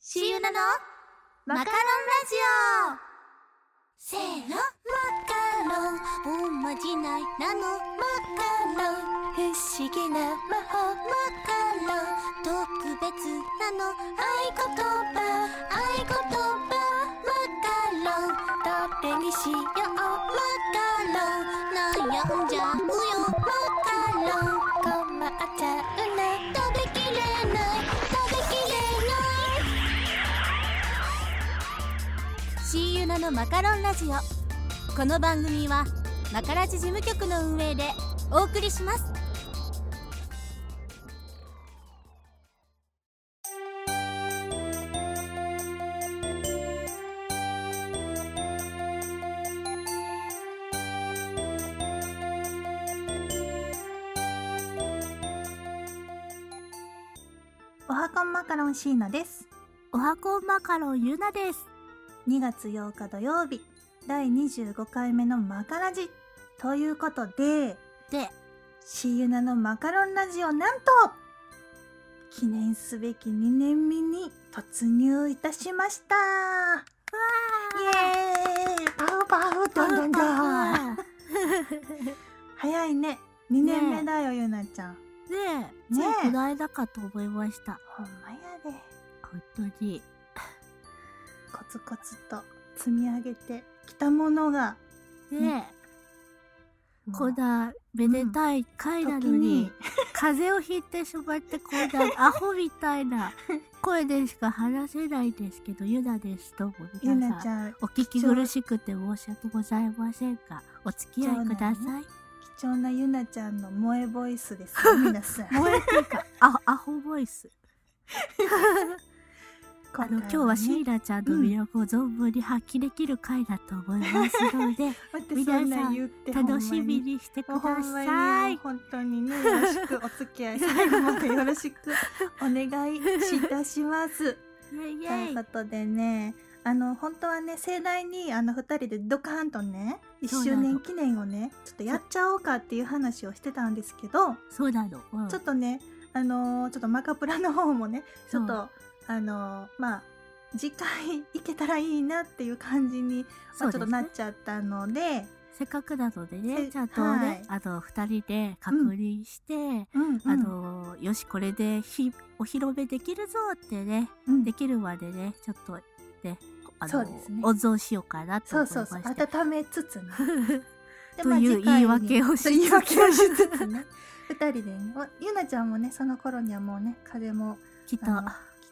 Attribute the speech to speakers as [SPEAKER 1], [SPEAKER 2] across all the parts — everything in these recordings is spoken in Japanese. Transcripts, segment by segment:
[SPEAKER 1] しゆなのマカロンラジオせーのマカロンおまじないなのマカロン不思議な魔法マカロン特別なの合言葉合言葉マカロンどれにしようマカロン悩んじゃうよマカロン困っちゃうな食べきれない食べきれないシーユナのマカロンラジオこの番組はマカラジ事務局の運営でお送りします
[SPEAKER 2] おはこんマカロンシーナです。
[SPEAKER 1] おはこんマカロンゆなです
[SPEAKER 2] 2月8日土曜日、第25回目のマカラジ。ということで、
[SPEAKER 1] で
[SPEAKER 2] シーユナのマカロンラジオなんと、記念すべき2年目に突入いたしました。イエーイパフパフ
[SPEAKER 1] ど
[SPEAKER 2] どんどんどん 早いね。2年目だよ、ゆなちゃん。
[SPEAKER 1] ねえ
[SPEAKER 2] ねえ
[SPEAKER 1] ついこの間かと思いました
[SPEAKER 2] ほんまやで。
[SPEAKER 1] 本当に
[SPEAKER 2] コツコツと積み上げてきたものが、
[SPEAKER 1] ねえ
[SPEAKER 2] も
[SPEAKER 1] こ
[SPEAKER 2] うん
[SPEAKER 1] なめでたい回なのに、風邪をひいてしまってこんな アホみたいな声でしか話せないですけどゆなですどうも
[SPEAKER 2] ゆ
[SPEAKER 1] 皆さ
[SPEAKER 2] なちゃん
[SPEAKER 1] お聞き苦しくて申し訳ございませんが、お付き合いください。
[SPEAKER 2] 貴重なゆなちゃんの萌えボイスですよ皆さん
[SPEAKER 1] もうっていうか、あ、アホボイス。あの、今日はシーラちゃんの魅力を存分に発揮できる回だと思いますので、
[SPEAKER 2] 皆さん な言って
[SPEAKER 1] 楽しみにしてく
[SPEAKER 2] ほん
[SPEAKER 1] だ
[SPEAKER 2] まに
[SPEAKER 1] さい。
[SPEAKER 2] 本当にねよろしくお付き合い最後までよろしくお願いいたします
[SPEAKER 1] イェイイ
[SPEAKER 2] とい
[SPEAKER 1] ェ
[SPEAKER 2] うこ
[SPEAKER 1] イ。
[SPEAKER 2] とでねあの本当はね盛大にあの2人でドカーンとね
[SPEAKER 1] そうな
[SPEAKER 2] 1周
[SPEAKER 1] の
[SPEAKER 2] 年記念をねちょっとやっちゃおうかっていう話をしてたんですけど
[SPEAKER 1] そうなの。うん
[SPEAKER 2] ちょっとね、あのーちょっとマカプラの方もね、ちょっと、あのーまあ、次回行けたらいいなっていう感じに、ま
[SPEAKER 1] そ
[SPEAKER 2] あ、
[SPEAKER 1] う
[SPEAKER 2] ち
[SPEAKER 1] で
[SPEAKER 2] ょっと
[SPEAKER 1] す
[SPEAKER 2] な
[SPEAKER 1] ね
[SPEAKER 2] っ。ちゃったので、
[SPEAKER 1] せっかくなので
[SPEAKER 2] せ
[SPEAKER 1] ね、ちゃんとね、あの、二人で確認して、
[SPEAKER 2] うん
[SPEAKER 1] あ、の、よし、これでひお披露目できるぞってね、
[SPEAKER 2] うん
[SPEAKER 1] できるまでね、ちょっとね、あ
[SPEAKER 2] そ
[SPEAKER 1] の、
[SPEAKER 2] うですね
[SPEAKER 1] 温存しようかなと
[SPEAKER 2] そ
[SPEAKER 1] 思い
[SPEAKER 2] う
[SPEAKER 1] ま
[SPEAKER 2] そう
[SPEAKER 1] し
[SPEAKER 2] そう、
[SPEAKER 1] た。
[SPEAKER 2] 温めつ つね。で
[SPEAKER 1] という言い訳をしつつ
[SPEAKER 2] まあ次回にと言い訳をしつつね。二人でね、おゆなちゃんもね、その頃にはもうね、風邪も、
[SPEAKER 1] きっと、
[SPEAKER 2] あ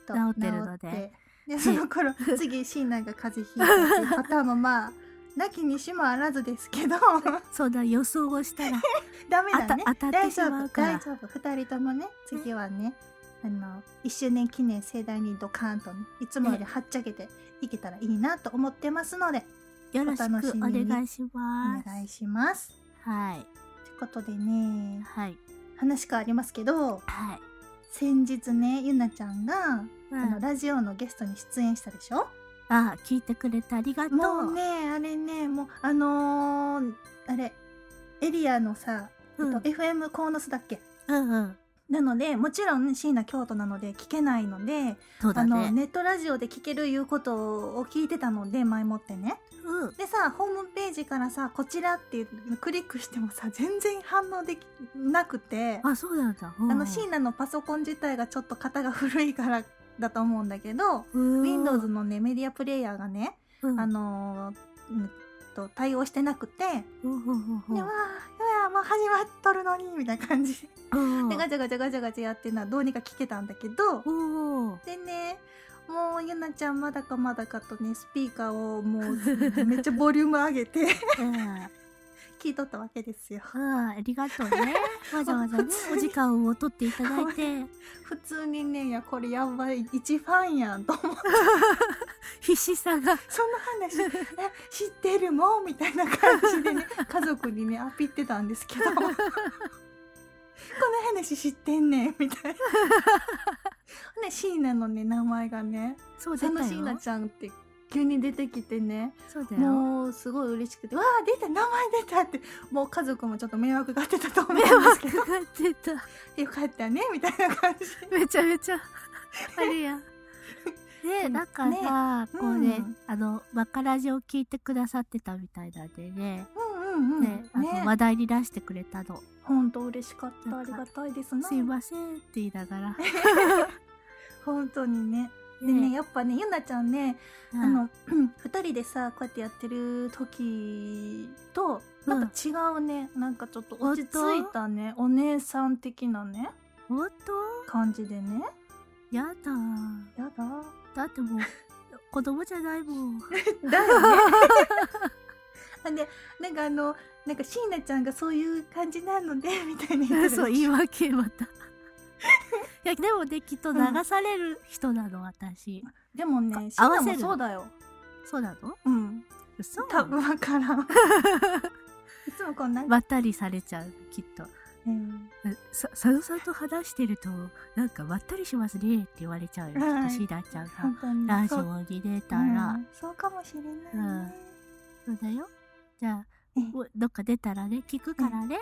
[SPEAKER 2] のき
[SPEAKER 1] 治
[SPEAKER 2] っ
[SPEAKER 1] ってるので
[SPEAKER 2] 治ってで、そ の頃、次、シーナが風邪ひいたっていうパターンもまあ、なきにしもあらずです けど、
[SPEAKER 1] そんな予想をした ら、
[SPEAKER 2] ダメだね。
[SPEAKER 1] あた当たってしまうから
[SPEAKER 2] 大丈夫、大丈夫。二人ともね、次はね、あの、一周年記念盛大にドカーンとね、いつもよりはっちゃけていけたらいいなと思ってますので、
[SPEAKER 1] よろし
[SPEAKER 2] お楽し
[SPEAKER 1] くお
[SPEAKER 2] みに
[SPEAKER 1] 願いし
[SPEAKER 2] お
[SPEAKER 1] ます。
[SPEAKER 2] 願いします。
[SPEAKER 1] はい。
[SPEAKER 2] ということでね、
[SPEAKER 1] はい。
[SPEAKER 2] 話変わりますけど、
[SPEAKER 1] はい。
[SPEAKER 2] 先日ね、ゆなちゃんが、
[SPEAKER 1] う
[SPEAKER 2] あの、
[SPEAKER 1] ん
[SPEAKER 2] ラジオのゲストに出演したでしょ
[SPEAKER 1] あ、聞いてくれてありがとう。
[SPEAKER 2] もうね、あれね、もう、あのー、あれ、エリアのさ、え
[SPEAKER 1] う
[SPEAKER 2] っ
[SPEAKER 1] ん、
[SPEAKER 2] と FM 鴻巣だっけ
[SPEAKER 1] うんうん。
[SPEAKER 2] なので、もちろん、椎名京都なので聞けないので、
[SPEAKER 1] そう
[SPEAKER 2] あ
[SPEAKER 1] だ
[SPEAKER 2] の
[SPEAKER 1] ね。
[SPEAKER 2] ネットラジオで聞けるいうことを聞いてたので前もってね
[SPEAKER 1] うん。
[SPEAKER 2] でさホームページからさ「こちら」っていうのクリックしてもさ全然反応できなくて
[SPEAKER 1] あ、そうなんだ。
[SPEAKER 2] あの椎名のパソコン自体がちょっと型が古いからだと思うんだけど、
[SPEAKER 1] の
[SPEAKER 2] Windows のねメディアプレイヤーがね、あ、のーうんと対応してなくて「
[SPEAKER 1] うんうんうんうん
[SPEAKER 2] でわあうわあもう始まっとるのに」みたいな感じで
[SPEAKER 1] うん
[SPEAKER 2] でガチャガチャガチャガチャやってるのはどうにか聞けたんだけど。
[SPEAKER 1] おー
[SPEAKER 2] でねもうゆなちゃんまだかまだかとねスピーカーをもうめっちゃボリューム上げて
[SPEAKER 1] うん
[SPEAKER 2] 聞いとったわけですよ
[SPEAKER 1] うん、ありがとうね。 わざわざね
[SPEAKER 2] 普通、
[SPEAKER 1] お
[SPEAKER 2] に
[SPEAKER 1] 時間を取っていただいて、
[SPEAKER 2] 普通にねいやこれやばい一ファンやんと思って
[SPEAKER 1] 必死さ が。
[SPEAKER 2] そ の話え知ってるもんみたいな感じでね家族にねアピってたんですけどこの話知ってんねんみたいな。 ほんで椎名のね名前がね
[SPEAKER 1] そう
[SPEAKER 2] そ
[SPEAKER 1] 出
[SPEAKER 2] の
[SPEAKER 1] た
[SPEAKER 2] 椎名
[SPEAKER 1] よ。
[SPEAKER 2] ちゃんって急に出てきてね
[SPEAKER 1] そうだよ。
[SPEAKER 2] もうすごい嬉しくて「わあ出た名前出た」ってもう家族もちょっと迷惑がってたと思うんですけど
[SPEAKER 1] かかってた。
[SPEAKER 2] 「よかったね」みたいな感じ
[SPEAKER 1] めちゃめちゃ、あれや。ね、だからさ、こう
[SPEAKER 2] う
[SPEAKER 1] ね
[SPEAKER 2] ん、
[SPEAKER 1] あの、マカラジを聞いてくださってたみたいなんでね、
[SPEAKER 2] うんうんうん。
[SPEAKER 1] ね、あの、話題に出してくれたの。
[SPEAKER 2] 本当嬉しかった。
[SPEAKER 1] な
[SPEAKER 2] あ
[SPEAKER 1] ん
[SPEAKER 2] り
[SPEAKER 1] か
[SPEAKER 2] がたいですな
[SPEAKER 1] す。いませんって言いながら。
[SPEAKER 2] 本当にね。でね、やっぱね、ゆなちゃんね、
[SPEAKER 1] うん
[SPEAKER 2] あの、 二人でさ、こうやってやってる時と、また違うね、なんかちょっと落ち着いたね、お姉さん的なね、
[SPEAKER 1] 本当
[SPEAKER 2] 感じでね。
[SPEAKER 1] やだ。
[SPEAKER 2] やだ。
[SPEAKER 1] だってもう、子供じゃないもん。
[SPEAKER 2] だよね。で、なん かあの、なんか椎名ちゃんがそういう感じなので、 みたいな言ってた
[SPEAKER 1] そう、言い訳、また。いや、でもね、きっと流される人なの、私。
[SPEAKER 2] でもね、椎
[SPEAKER 1] 合わ
[SPEAKER 2] 名
[SPEAKER 1] せる
[SPEAKER 2] もそうだよ。
[SPEAKER 1] そうなの
[SPEAKER 2] うん。
[SPEAKER 1] 嘘
[SPEAKER 2] 多分わか らん。いつもこんなんか、
[SPEAKER 1] まったりされちゃう、きっと。
[SPEAKER 2] うん
[SPEAKER 1] さ、佐野さんと話してると、なんかまったりしますねって言われちゃうよ。き
[SPEAKER 2] はい
[SPEAKER 1] っとシーナちゃんが。
[SPEAKER 2] 本当に。
[SPEAKER 1] ラジ
[SPEAKER 2] そう
[SPEAKER 1] オに出た
[SPEAKER 2] う
[SPEAKER 1] ら。
[SPEAKER 2] んそうかもしれないね。
[SPEAKER 1] うんそうだよ。じゃあ
[SPEAKER 2] え、
[SPEAKER 1] おどっか出たらね、聞くからね。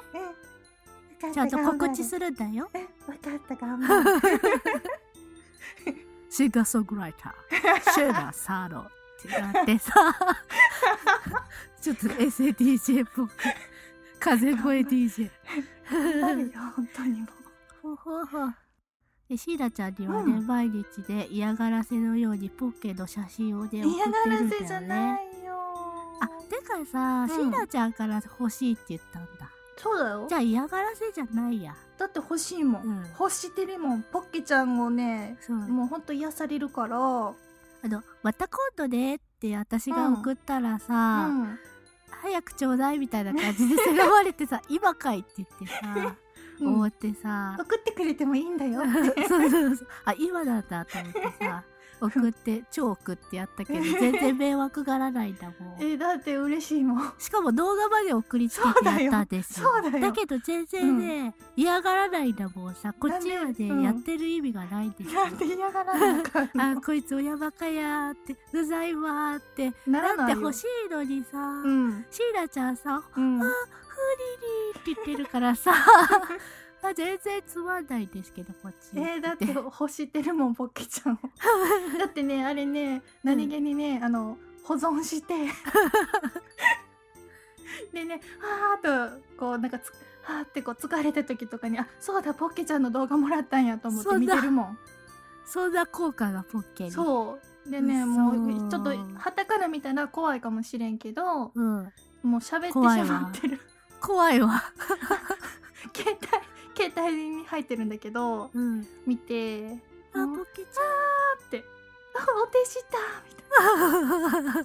[SPEAKER 2] うん。
[SPEAKER 1] ちゃんと告知す
[SPEAKER 2] る。
[SPEAKER 1] るんだよ。
[SPEAKER 2] うんわかった、頑張 る。
[SPEAKER 1] シンガーソングライタ ー、シューラー・サーロってなってさ、ちょっと SDJ っぽく、風声 DJ。
[SPEAKER 2] 頑張るよ、本当にも
[SPEAKER 1] ほうほうほう。で、シーラちゃんにはね、
[SPEAKER 2] うん
[SPEAKER 1] 毎日ね、嫌がらせのようにポッケの写真をね、
[SPEAKER 2] う。
[SPEAKER 1] 送って
[SPEAKER 2] 嫌が
[SPEAKER 1] る
[SPEAKER 2] ら
[SPEAKER 1] んだよね。
[SPEAKER 2] せじゃないよ。
[SPEAKER 1] あ、てかさ、
[SPEAKER 2] ん
[SPEAKER 1] シーラちゃんから欲しいって言ったんだ。
[SPEAKER 2] そうだよ
[SPEAKER 1] じ。ゃあ嫌がらせじゃないや。
[SPEAKER 2] だって欲しいもん、
[SPEAKER 1] うん
[SPEAKER 2] 欲してるもんポッケちゃんをね
[SPEAKER 1] そう。
[SPEAKER 2] もうほんと癒されるから、う
[SPEAKER 1] あの、また今度ねって私が送ったらさ、
[SPEAKER 2] ん、
[SPEAKER 1] 早くちょうだいみたいな感じでせがまれ てさ、今かいって言ってさ、
[SPEAKER 2] うん
[SPEAKER 1] 思って さ、
[SPEAKER 2] 送ってくれてもいいんだよ
[SPEAKER 1] そうそうそう、あ、今なんだと思ってさ、送って、超送ってやったけど、全然迷惑がらないんだもん。
[SPEAKER 2] えだって嬉しいもん
[SPEAKER 1] しかも動画まで送りつけてやったんですよ。
[SPEAKER 2] そうだよそうだよ
[SPEAKER 1] けど全然ね、嫌がらないんだもんさ、こっちは
[SPEAKER 2] なんで
[SPEAKER 1] ね、
[SPEAKER 2] うん
[SPEAKER 1] やってる意味がないんですよ。
[SPEAKER 2] なんて嫌がらなか った
[SPEAKER 1] あ
[SPEAKER 2] の、
[SPEAKER 1] こいつ親バカやーって、うざいわーって、
[SPEAKER 2] なら
[SPEAKER 1] だっ
[SPEAKER 2] な
[SPEAKER 1] て
[SPEAKER 2] いよ
[SPEAKER 1] 欲しいのにさ、
[SPEAKER 2] うん
[SPEAKER 1] シーラちゃんさ、
[SPEAKER 2] うん
[SPEAKER 1] フリリーって言ってるから さ、あ全然つまんないんですけど、こっち。
[SPEAKER 2] えー、だって欲してるもんポッケち ゃんをだってねあれね何気にね、あの保存して でねはーっとこうなんかつはーってこう疲れた時とかにあそうだポッケちゃんの動画もらったんやと思って
[SPEAKER 1] そん
[SPEAKER 2] 見
[SPEAKER 1] な
[SPEAKER 2] てるもん
[SPEAKER 1] そんな効果がポッケに。う。
[SPEAKER 2] そうでね
[SPEAKER 1] 嘘
[SPEAKER 2] もうちょっとはたから見たら怖いかもしれんけど
[SPEAKER 1] うん。
[SPEAKER 2] もう喋ってし
[SPEAKER 1] 怖いわ
[SPEAKER 2] まってる
[SPEAKER 1] 怖いわ。
[SPEAKER 2] 携帯携帯に入ってるんだけど
[SPEAKER 1] うん。
[SPEAKER 2] 見て
[SPEAKER 1] あ、ポ
[SPEAKER 2] もう
[SPEAKER 1] ッケちゃ
[SPEAKER 2] って 「あお手した!」みたい
[SPEAKER 1] ん。
[SPEAKER 2] な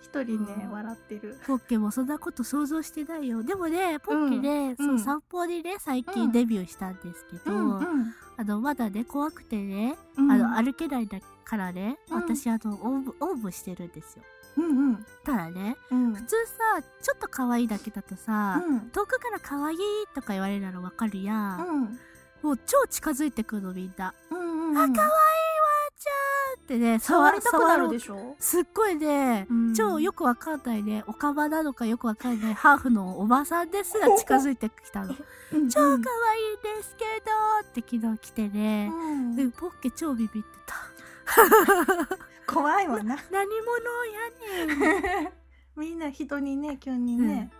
[SPEAKER 2] 一人ね、
[SPEAKER 1] うん
[SPEAKER 2] 笑ってる
[SPEAKER 1] ポッケもそんなこと想像してないよ。でもね、ポッケね、
[SPEAKER 2] うん
[SPEAKER 1] そううん散歩にね、最近デビューしたんですけど、
[SPEAKER 2] ん
[SPEAKER 1] あの、まだね、怖くてね、
[SPEAKER 2] うん
[SPEAKER 1] あの、歩けないだからね、
[SPEAKER 2] うん
[SPEAKER 1] 私、あの、おんぶ、おんぶしてるんですよ。
[SPEAKER 2] うんうん
[SPEAKER 1] ただね、
[SPEAKER 2] うん
[SPEAKER 1] 普通さ、ちょっと可愛いだけだとさ、
[SPEAKER 2] うん
[SPEAKER 1] 遠くから可愛いとか言われるならわかるやん、
[SPEAKER 2] うん
[SPEAKER 1] もう超近づいてくのみんな。
[SPEAKER 2] うんうん
[SPEAKER 1] 可愛いわちゃんってね、
[SPEAKER 2] 触りたくなる
[SPEAKER 1] 触ろう
[SPEAKER 2] でしょ
[SPEAKER 1] すっごいね、
[SPEAKER 2] うん
[SPEAKER 1] 超よくわかんないね、おかまなのかよくわかんないハーフのおばさんですら近づいてき たの。
[SPEAKER 2] うん
[SPEAKER 1] 超可愛いんですけどって昨日来て
[SPEAKER 2] う
[SPEAKER 1] ね、
[SPEAKER 2] ん
[SPEAKER 1] でポッケ超ビビってた。
[SPEAKER 2] 怖いわな
[SPEAKER 1] 何者やねん。
[SPEAKER 2] みんな人にね急にね、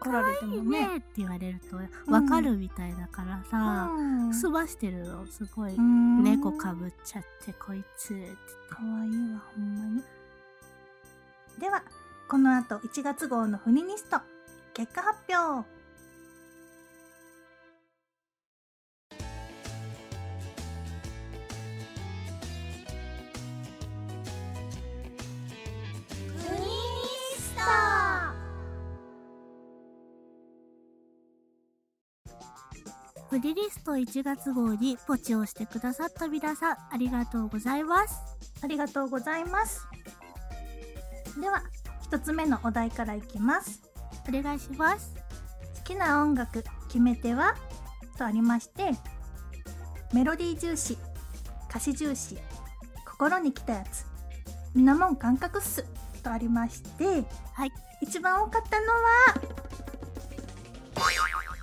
[SPEAKER 2] 来られても ね
[SPEAKER 1] ねって言われるとわかるみたいだからさ、
[SPEAKER 2] うん
[SPEAKER 1] すましてるの、すごい。
[SPEAKER 2] うん
[SPEAKER 1] 猫かぶっちゃってこいつって
[SPEAKER 2] かわいいわほんまにではこの後1月号のフニニスト結果発表
[SPEAKER 3] フニスタ
[SPEAKER 1] フリリスト1月号にポチをしてくださった皆さんありがとうございます
[SPEAKER 2] ありがとうございますでは1つ目のお題からいきます
[SPEAKER 1] お願いします
[SPEAKER 2] 好きな音楽決め手はとありましてメロディー重視歌詞重視心に来たやつみなもん感覚っすとありまして
[SPEAKER 1] はい
[SPEAKER 2] 一番多かったのは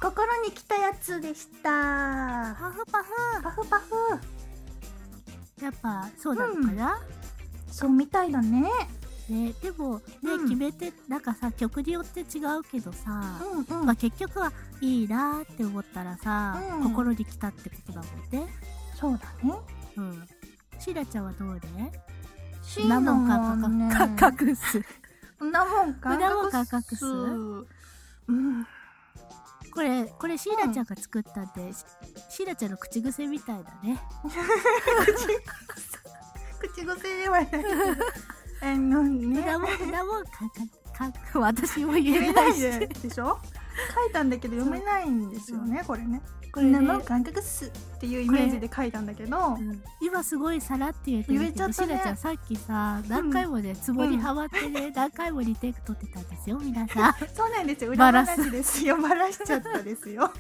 [SPEAKER 2] 心に来たやつでした
[SPEAKER 1] パフパフ
[SPEAKER 2] パフパフ
[SPEAKER 1] じやっぱそうなのかな、
[SPEAKER 2] そうみたいだね
[SPEAKER 1] ね、でもね、
[SPEAKER 2] うん
[SPEAKER 1] 決めてなんかさ曲によって違うけどさ、
[SPEAKER 2] うんうん
[SPEAKER 1] まあ、結局はいいなーって思ったらさ、
[SPEAKER 2] うん
[SPEAKER 1] 心に来たってことだもんね。
[SPEAKER 2] そうだね
[SPEAKER 1] うん。シーラちゃんはどうね
[SPEAKER 2] シーナもね
[SPEAKER 1] かかか隠す。
[SPEAKER 2] んなもん感
[SPEAKER 1] んなもん感
[SPEAKER 2] 覚
[SPEAKER 1] 覚
[SPEAKER 2] 数
[SPEAKER 1] 数
[SPEAKER 2] うん
[SPEAKER 1] これ、これシーラちゃんが作ったんで、しシーラちゃんの口癖みたいだね。
[SPEAKER 2] 口癖ではないけどあのね
[SPEAKER 1] だもん、だもん、かか、か、私も言
[SPEAKER 2] 言
[SPEAKER 1] え
[SPEAKER 2] え
[SPEAKER 1] な
[SPEAKER 2] ないい
[SPEAKER 1] し。
[SPEAKER 2] ででしょ書いたんだけど読めないんですよねこれね
[SPEAKER 1] こ
[SPEAKER 2] こ
[SPEAKER 1] れ
[SPEAKER 2] ん
[SPEAKER 1] ね
[SPEAKER 2] なの感覚っすっていうイメージで書いたんだけど
[SPEAKER 1] うん今すごいさらって言えてるけ
[SPEAKER 2] 言えちゃ
[SPEAKER 1] ど、
[SPEAKER 2] っ
[SPEAKER 1] シ
[SPEAKER 2] た
[SPEAKER 1] ー
[SPEAKER 2] ね
[SPEAKER 1] ラちゃんさっきさ、何回もね、ツボにハマってね、何回もリテイク取ってたんですよ、皆さん。
[SPEAKER 2] そうなんですよ裏
[SPEAKER 1] バラす
[SPEAKER 2] 話ですよバラしちゃったですよ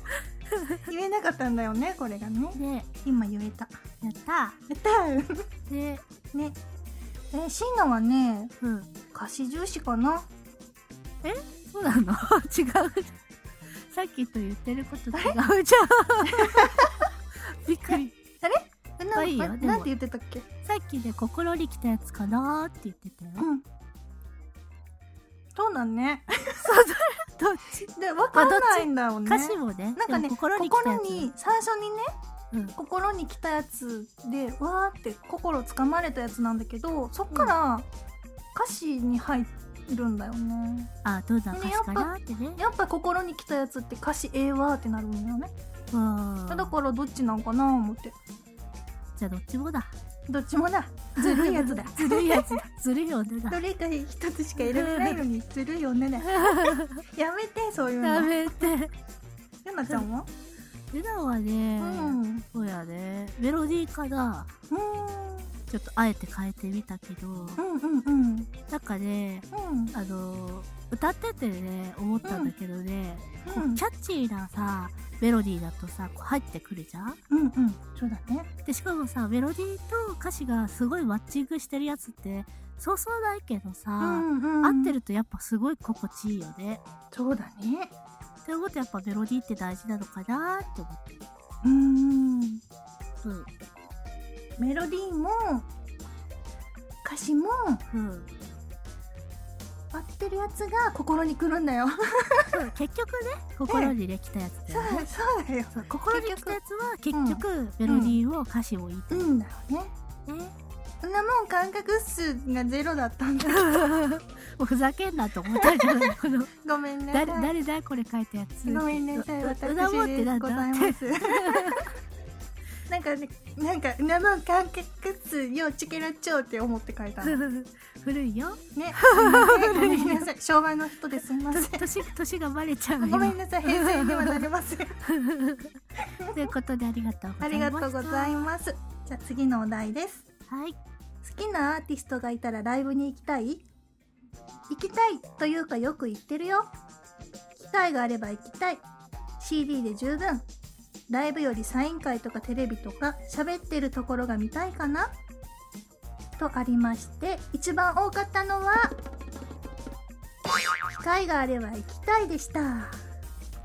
[SPEAKER 2] 言えなかったんだよねこれがね
[SPEAKER 1] で、
[SPEAKER 2] 今言えた
[SPEAKER 1] やった
[SPEAKER 2] やった
[SPEAKER 1] で、
[SPEAKER 2] ーねえー、シーナはね
[SPEAKER 1] うん。
[SPEAKER 2] 歌詞重視かな
[SPEAKER 1] そうなの 違う。さっきと言ってること違うじゃ ん。びっくり。
[SPEAKER 2] え
[SPEAKER 1] ま
[SPEAKER 2] な
[SPEAKER 1] あいいよ
[SPEAKER 2] な
[SPEAKER 1] でも
[SPEAKER 2] なんて言ってたっけ
[SPEAKER 1] さっきで心に来たやつかなーって言ってたよ。
[SPEAKER 2] うんそうだね
[SPEAKER 1] どっち
[SPEAKER 2] でわからないんだよね
[SPEAKER 1] 歌詞もね。
[SPEAKER 2] なんかね
[SPEAKER 1] でも
[SPEAKER 2] 心
[SPEAKER 1] 心
[SPEAKER 2] に
[SPEAKER 1] に来たやつ。
[SPEAKER 2] 最初にね、
[SPEAKER 1] うん
[SPEAKER 2] 心に来たやつでわーって心つかまれたやつなんだけどそっから歌詞に入るんだよね、
[SPEAKER 1] あ、どんな歌詞かなーってね。
[SPEAKER 2] やっぱ心に来たやつって歌詞ええわーってなるんだよね、
[SPEAKER 1] うん。
[SPEAKER 2] だからどっちなんかな思って
[SPEAKER 1] じゃあどっちもだ。
[SPEAKER 2] どっちもだずるいやつだ
[SPEAKER 1] ずるいやつだ。ずるい女だ。
[SPEAKER 2] どれか一つしか選べないのに ずるい女だ やめてそういう
[SPEAKER 1] や
[SPEAKER 2] の
[SPEAKER 1] めて。
[SPEAKER 2] ゆなちゃんは
[SPEAKER 1] 普段は
[SPEAKER 2] う
[SPEAKER 1] ね、
[SPEAKER 2] んうん
[SPEAKER 1] そうやね。メロディーかな。ちょっとあえて変えてみたけど、
[SPEAKER 2] うんうんうん
[SPEAKER 1] なんかね、
[SPEAKER 2] うん
[SPEAKER 1] あの歌っててね思ったんだけどね、こう
[SPEAKER 2] うん
[SPEAKER 1] キャッチーなさメロディーだとさこう入ってくるじゃん
[SPEAKER 2] うんうんそうだね
[SPEAKER 1] でしかもさメロディーと歌詞がすごいマッチングしてるやつってそうそうないけどさ、
[SPEAKER 2] うんうん
[SPEAKER 1] 合ってるとやっぱすごい心地いいよね
[SPEAKER 2] そうだね
[SPEAKER 1] って思ってやっぱメロディーって大事なのかなって思って
[SPEAKER 2] うーん
[SPEAKER 1] うん
[SPEAKER 2] メロディーも歌詞も
[SPEAKER 1] うん、
[SPEAKER 2] 合ってるやつが心に来るんだよ
[SPEAKER 1] そう結局ね心にできたやつだ
[SPEAKER 2] そ
[SPEAKER 1] よ
[SPEAKER 2] う
[SPEAKER 1] ね
[SPEAKER 2] そうだよ
[SPEAKER 1] そう心に来たやつは結
[SPEAKER 2] 局
[SPEAKER 1] 局、メロディーも歌詞もいいって
[SPEAKER 2] いいんだよね
[SPEAKER 1] ね、
[SPEAKER 2] そんなもん感覚数がゼロだったん だ
[SPEAKER 1] もうふざけんなと思ったんじゃない この
[SPEAKER 2] ごめんなさい
[SPEAKER 1] 誰誰だこれ書いたやつ
[SPEAKER 2] ごめんなさい私
[SPEAKER 1] うなもんって
[SPEAKER 2] で
[SPEAKER 1] なん
[SPEAKER 2] ご
[SPEAKER 1] だ
[SPEAKER 2] ざいます なんかねなんか「うなもん感覚数よチケラチョウ」って思って書いたのね
[SPEAKER 1] 古い よ
[SPEAKER 2] すいませんごめんなさ い昭和の人ですいません
[SPEAKER 1] と年年がバレちゃうよ
[SPEAKER 2] ごめんなさい平成ではなりません
[SPEAKER 1] ということでありがとうござ
[SPEAKER 2] あ
[SPEAKER 1] いま
[SPEAKER 2] り
[SPEAKER 1] した
[SPEAKER 2] がとうございます。じゃあ次のお題です。
[SPEAKER 1] はい
[SPEAKER 2] 好きなアーティストがいたらライブに行きたい行きたいというかよく行ってるよ。機会があれば行きたい。CD で十分。ライブよりサイン会とかテレビとか喋ってるところが見たいかなとありまして、一番多かったのは、機会があれば行きたいでした。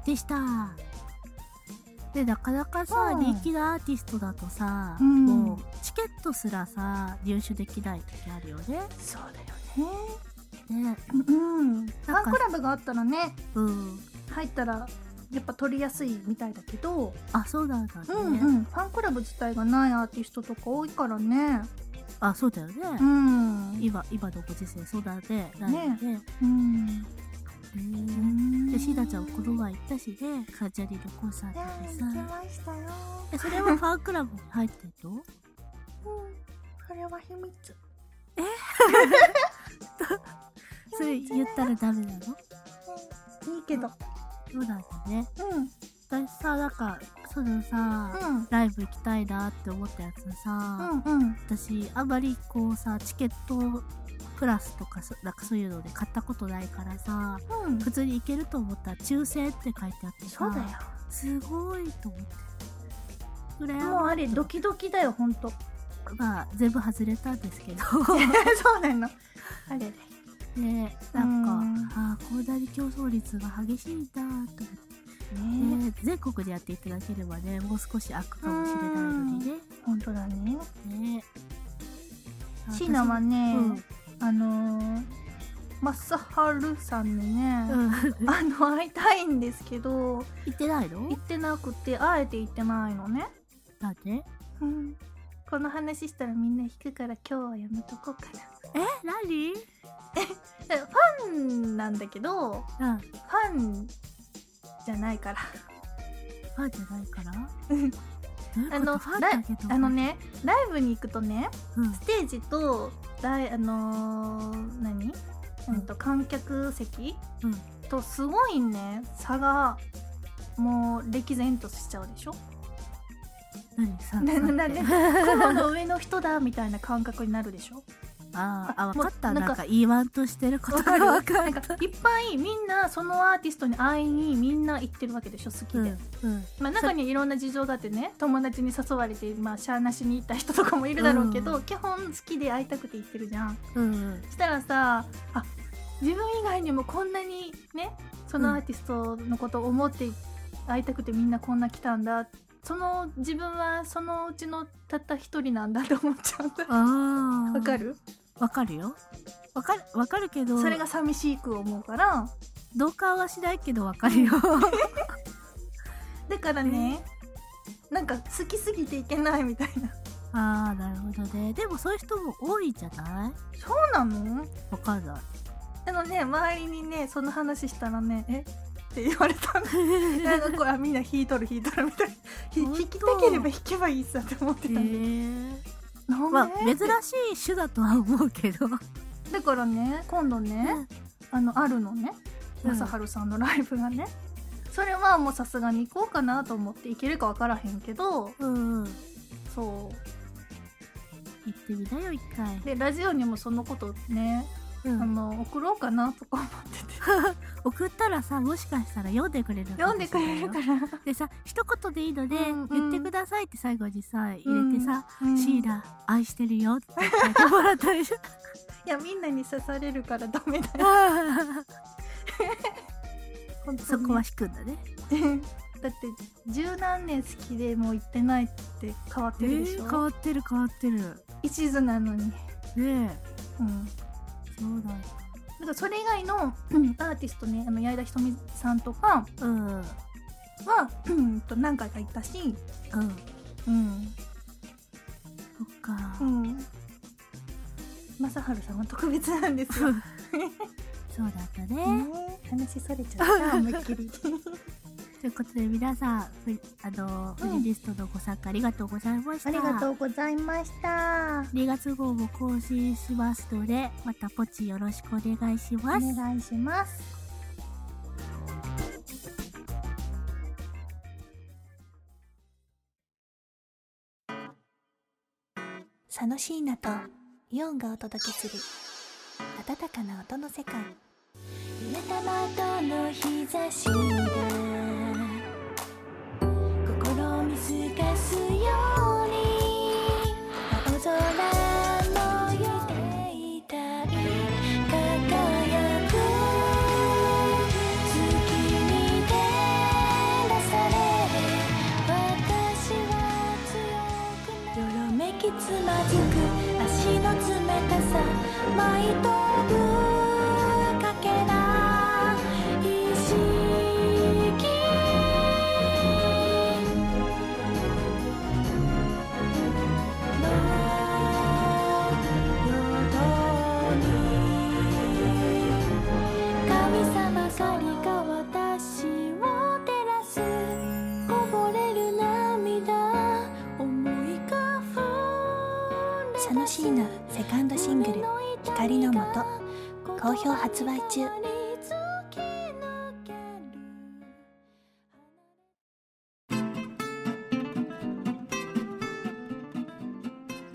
[SPEAKER 1] でしたでなかなかさ、
[SPEAKER 2] うん
[SPEAKER 1] 人気のアーティストだとさ、
[SPEAKER 2] うん
[SPEAKER 1] もうチケットすらさ入手できない時あるよね
[SPEAKER 2] そうだよね。
[SPEAKER 1] ね
[SPEAKER 2] うん。フ
[SPEAKER 1] なん
[SPEAKER 2] ァ
[SPEAKER 1] か
[SPEAKER 2] ンクラブがあったらね、
[SPEAKER 1] うん
[SPEAKER 2] 入ったらやっぱ取りやすいみたいだけど、
[SPEAKER 1] あそうなんだね、
[SPEAKER 2] ん、ファンクラブ自体がないアーティストとか多いからね
[SPEAKER 1] あそうだよね、
[SPEAKER 2] んうん
[SPEAKER 1] 今今のご時世そうだねないよねうんで、シーナちゃんこの前行ったしね、カジャリのコンサート
[SPEAKER 2] ね
[SPEAKER 1] で
[SPEAKER 2] 行き
[SPEAKER 1] さ。
[SPEAKER 2] ましたよ、
[SPEAKER 1] え、それはファンクラブに入ってんの
[SPEAKER 2] うん、それは秘密
[SPEAKER 1] それ言ったらダメなのそ
[SPEAKER 2] いいけど
[SPEAKER 1] うなんだね。
[SPEAKER 2] うんうん
[SPEAKER 1] 私さ、なんか、そのさ、
[SPEAKER 2] うん
[SPEAKER 1] ライブ行きたいなって思ったやつさ、
[SPEAKER 2] うん
[SPEAKER 1] 私、あまりこうさ、チケットプラスとかそ、なんかそういうので買ったことないからさ、
[SPEAKER 2] うん
[SPEAKER 1] 普通に行けると思ったら抽選って書いてあってさ、
[SPEAKER 2] そうだよ
[SPEAKER 1] すごいと思って。それ
[SPEAKER 2] もうあれドキドキだよほんと
[SPEAKER 1] まあ、全部外れたんですけど。
[SPEAKER 2] そうなのあれ
[SPEAKER 1] でなんか、
[SPEAKER 2] うん
[SPEAKER 1] ああこんなに競争率が激しいんだと思って、
[SPEAKER 2] ね
[SPEAKER 1] ね全国でやっていただければねもう少し開くかもしれないのにね
[SPEAKER 2] ほんとだね
[SPEAKER 1] ね
[SPEAKER 2] 椎名はね、
[SPEAKER 1] うん
[SPEAKER 2] あのー、マサハルさんに
[SPEAKER 1] う
[SPEAKER 2] ね、
[SPEAKER 1] ん、
[SPEAKER 2] あの会いたいんですけど
[SPEAKER 1] 行ってないの
[SPEAKER 2] 行ってなくてあえて行ってないのね、
[SPEAKER 1] なんで
[SPEAKER 2] うん、この話したらみんな引くから今日はやめとこうか
[SPEAKER 1] え何
[SPEAKER 2] なファンなんだけど
[SPEAKER 1] うんフ
[SPEAKER 2] ファンじゃないから
[SPEAKER 1] ァンじゃないから
[SPEAKER 2] うん
[SPEAKER 1] どういうこと
[SPEAKER 2] あの
[SPEAKER 1] ファンだけど
[SPEAKER 2] あのねライブに行くとね
[SPEAKER 1] うん
[SPEAKER 2] ステージと大あのー、何、うん、と観客席、
[SPEAKER 1] うん
[SPEAKER 2] とすごいね差がもう歴然としちゃうでしょ
[SPEAKER 1] 何さ
[SPEAKER 2] ななな
[SPEAKER 1] さて
[SPEAKER 2] 雲の上の人だみたいな感覚になるで しょ
[SPEAKER 1] あーあ
[SPEAKER 2] あ
[SPEAKER 1] 分かった
[SPEAKER 2] も
[SPEAKER 1] な
[SPEAKER 2] うなんんか
[SPEAKER 1] か言わんとしてること
[SPEAKER 2] わ
[SPEAKER 1] が
[SPEAKER 2] かる
[SPEAKER 1] 分か
[SPEAKER 2] なん
[SPEAKER 1] る
[SPEAKER 2] かいっぱいみんなそのアーティストに会いにみんな行ってるわけでしょ好きで、
[SPEAKER 1] うんうん
[SPEAKER 2] まあ、中にはいろんな事情があってね友達に誘われて、まあ、しゃあなしに行った人とかもいるだろうけど、
[SPEAKER 1] うん
[SPEAKER 2] 基本好きで会いたくて行ってるじゃん
[SPEAKER 1] うん
[SPEAKER 2] したらさあ自分以外にもこんなにねそのアーティストのことを思って会いたくてみんなこんな来たんだその自分はそのうちのたった一人なんだと思っちゃうんだ
[SPEAKER 1] ああ
[SPEAKER 2] わかる
[SPEAKER 1] わかるよわかるわかるけど
[SPEAKER 2] それが寂しく思うから
[SPEAKER 1] 同感はしないけどわかるよ
[SPEAKER 2] だからねなんか好きすぎていけないみたいな
[SPEAKER 1] ああなるほどねでもそういう人も多いんじゃない
[SPEAKER 2] そうなの
[SPEAKER 1] わかん ない
[SPEAKER 2] あのね周りにねその話したらねえって言われたのなんかこれあみんな引いとる引いとるみたいなひ
[SPEAKER 1] 本当
[SPEAKER 2] 引きたければ引けばいいさって思って
[SPEAKER 1] へ
[SPEAKER 2] たんで、
[SPEAKER 1] え
[SPEAKER 2] なんで
[SPEAKER 1] まあ珍しい種だとは思うけど
[SPEAKER 2] だからね今度ね、あのあるのね
[SPEAKER 1] うん
[SPEAKER 2] 正治さんのライブがね、それはもうさすがに行こうかなと思って行けるか分からへんけど
[SPEAKER 1] うんうん行
[SPEAKER 2] そ
[SPEAKER 1] ってみなよ一回
[SPEAKER 2] うでラジオにもそのことね、
[SPEAKER 1] う
[SPEAKER 2] あ
[SPEAKER 1] ん
[SPEAKER 2] の送ろうかなとか思ってて
[SPEAKER 1] 送ったらさもしかしたら読んでくれるかもしれない
[SPEAKER 2] 読んでくれるからら
[SPEAKER 1] でさ一言でいいので
[SPEAKER 2] うんうん
[SPEAKER 1] 言ってくださいって最後にさ入れてさ
[SPEAKER 2] うん
[SPEAKER 1] シーラ愛してるよって書いてもらったりしょ
[SPEAKER 2] いやみんなに刺されるからダメだよ本当に
[SPEAKER 1] そこは引くんだね
[SPEAKER 2] だって十何年好きでもう行ってないって変わってるでしょ、
[SPEAKER 1] 変わってる変わってる
[SPEAKER 2] 一途なのに
[SPEAKER 1] ね
[SPEAKER 2] うん
[SPEAKER 1] えそうだ
[SPEAKER 2] だからそれ以外のうんアーティストねあの矢井田ひとみさんとか
[SPEAKER 1] うんうん
[SPEAKER 2] はうんと何回か行ったし、
[SPEAKER 1] そっ
[SPEAKER 2] うん
[SPEAKER 1] か
[SPEAKER 2] うん、正治さんは特別なんです よ。ね
[SPEAKER 1] そうだったね、
[SPEAKER 2] 話それちゃった思いっきり
[SPEAKER 1] ということで皆さんふあのフ
[SPEAKER 2] うん
[SPEAKER 1] リリストのご参加ありがとうございました
[SPEAKER 2] ありがとうございました
[SPEAKER 1] 2月号も更新しますのでまたポチよろしくお願いし
[SPEAKER 2] お
[SPEAKER 1] ます
[SPEAKER 2] 願いします
[SPEAKER 3] 佐野椎名とイオンがお届けする温かな音の世界揺れた窓の日差しが心を見透かすように青空のゆでいたい輝く月に照らされ私は強くなるよろめきつまずく足の冷たさ舞い飛ぶかけら意識の夜に神様がりか私を照らすこぼれる涙思いがふ
[SPEAKER 4] 佐野椎名セカンドシングル「光のもと」好評発売中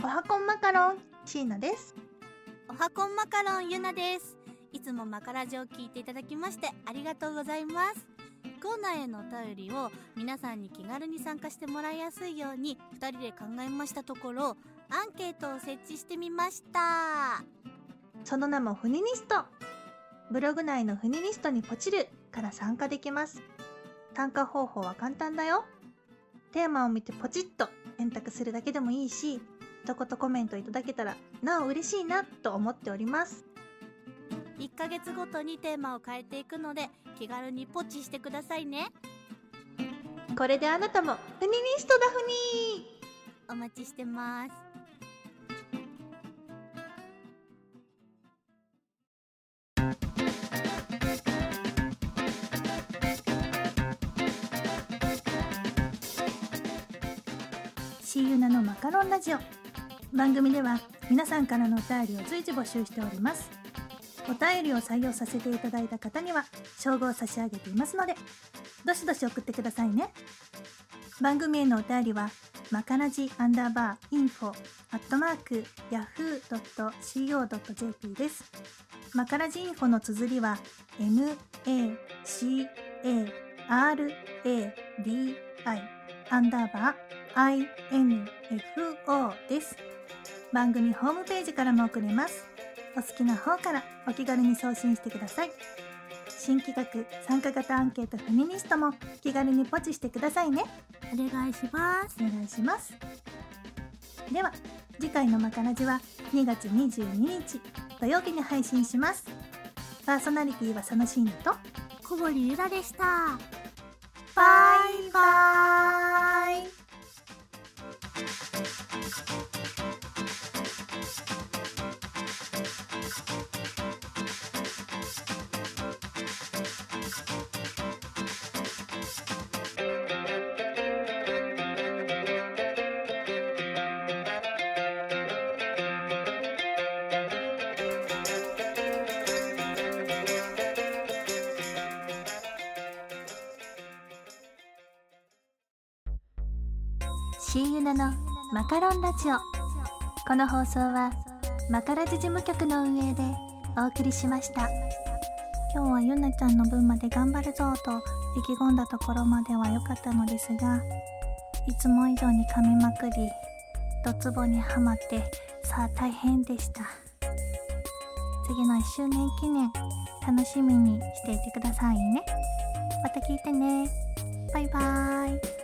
[SPEAKER 2] おはこんマカロン椎名です
[SPEAKER 3] おはこんマカロンゆなですいつもマカラジを聞いていただきましてありがとうございますコーナーへのお便りを皆さんに気軽に参加してもらいやすいように2人で考えましたところアンケートを設置してみました
[SPEAKER 2] その名もフニニストブログ内のフニニストにポチるから参加できます参加方法は簡単だよテーマを見てポチッと選択するだけでもいいし一言コメントいただけたらなお嬉しいなと思っております
[SPEAKER 3] 1ヶ月ごとにテーマを変えていくので気軽にポチしてくださいね
[SPEAKER 2] これであなたもフェミニストだフニー
[SPEAKER 3] お待ちしてます
[SPEAKER 2] シーユナのマカロンラジオ番組では皆さんからのお便りを随時募集しておりますお便りを採用させていただいた方には称号を差し上げていますのでどしどし送ってくださいね番組へのお便りはマカラジアンダーバーインフォアットマークヤフー .co.jp ですマカラジインフォの綴りは macaradi アンダーバー info です番組ホームページからも送れますお好きな方からお気軽に送信してください新企画参加型アンケートフェミニストも気軽にポチしてくださいね
[SPEAKER 1] お願いします。
[SPEAKER 2] お願いしますでは次回のマカラジは2月22日土曜日に配信しますパーソナリティは佐野真也と
[SPEAKER 1] 小堀ゆらでした。
[SPEAKER 2] バイバイシーユナのマカロンラジオこの放送はマカラジ事務局の運営でお送りしました今日はゆなちゃんの分まで頑張るぞと意気込んだところまでは良かったのですがいつも以上に噛みまくりドツボにはまってさあ大変でした次の1周年記念楽しみにしていてくださいねまた聞いてねバイバーイ